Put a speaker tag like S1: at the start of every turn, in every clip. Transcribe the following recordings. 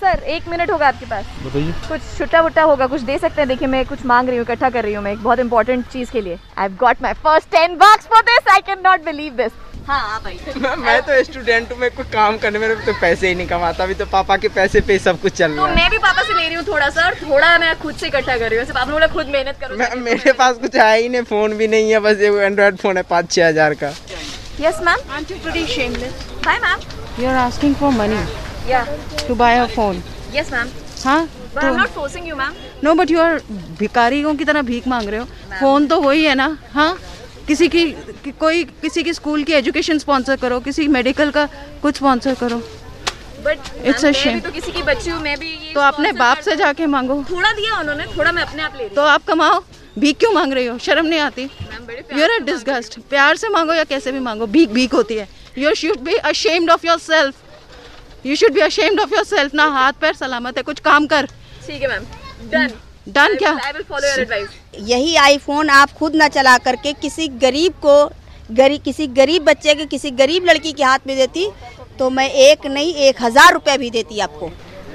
S1: Sir एक minute होगा आपके पास
S2: बताइए
S1: कुछ छुट्टा वुट्टा होगा कुछ दे सकते हैं देखिए मैं कुछ मांग रही हूँ इकट्ठा कर रही हूँ मैं एक बहुत इंपॉर्टेंट चीज के लिए I got my first ten box for this I can not believe this हाँ भाई
S3: मैं तो स्टूडेंट हूँ मैं कोई काम करने में तो पैसे ही नहीं कमाता अभी तो पापा के पैसे पे ही सब कुछ चल
S1: तो
S3: रहा है
S1: मैं भी पापा से ले रही हूँ थोड़ा सा और थोड़ा मैं खुद से इकट्ठा कर रही हूँ सिर्फ आपने बोला खुद मेहनत करो
S3: मैं मेरे पास कुछ है ही नहीं फोन भी नहीं है बस ये एंड्रॉयड फोन है पाँच छः हजार का
S1: yes ma'am
S4: Aren't you pretty shameless?
S1: Hi ma'am
S4: You're asking for money
S1: या
S4: to buy a phone.
S1: Yes ma'am
S4: हाँ
S1: but I am not forcing you ma'am
S4: no but you are भिकारियों की तरह भीख मांग रहे हो फोन तो वही है ना हाँ किसी की कि, कोई किसी की स्कूल की एजुकेशन स्पॉन्सर करो किसी मेडिकल का कुछ स्पॉन्सर करो
S1: बट
S4: It's a
S1: मैं भी
S4: shame.
S1: तो किसी की बच्ची हूँ मैं भी ये
S4: तो अपने
S1: sponsor
S4: बाप
S1: कर-
S4: से जाके मांगो
S1: थोड़ा दिया उन्होंने थोड़ा मैं अपने आप ले रही
S4: तो आप कमाओ भीख क्यों मांग रही हो शर्म नहीं आती
S1: हूँ मैम बड़े प्यार
S4: यू आर डिस्गस्ट प्यार से मांगो या कैसे भी मांगो भीख भीख होती है you should be ashamed of yourself you should be ashamed of yourself ना हाथ पैर सलामत है कुछ काम कर
S1: ठीक है मैम डन
S4: डन क्या
S1: I will follow your advice
S5: यही आईफोन आप खुद ना चला करके किसी गरीब को गरी, किसी गरीब बच्चे के किसी गरीब लड़की के हाथ में देती तो मैं एक नहीं एक हज़ार रुपये भी देती आपको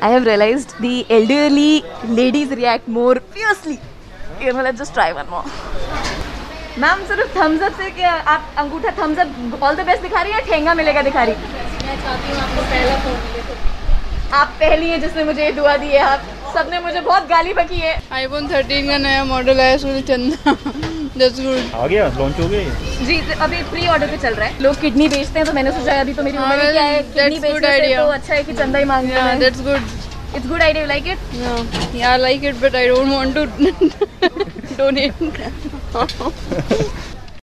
S1: I have realized the elderly ladies react more fiercely. You know, let's just try one more. Ma'am सिर्फ thumbs up से क्या आप अंगूठा thumbs up all the best दिखा रही है या ठेंगा मिलेगा दिखा रही
S6: तो।
S1: मैं चाहती हूँ आपको पहला फोन मिले आप पहली हैं जिसने मुझे ये दुआ दी है आप सबने मुझे बहुत गाली बकी है
S6: आईफोन 13 का नया मॉडल आया सूर्य चंदा दस गुड
S2: आ गया लॉन्च हो गया ये?
S1: जी तो अभी प्री ऑर्डर पे चल रहा है लोग किडनी बेचते हैं तो मैंने सोचा अभी तो मेरी
S6: हाँ,
S1: उम्र ही
S6: well,
S1: क्या है किडनी
S6: that's good
S1: बेचने से
S6: idea.
S1: तो अच्छा है कि चंदा ही मांग
S6: या
S1: रहे
S6: that's good
S1: it's good idea like it
S6: या I like it but I don't want to donate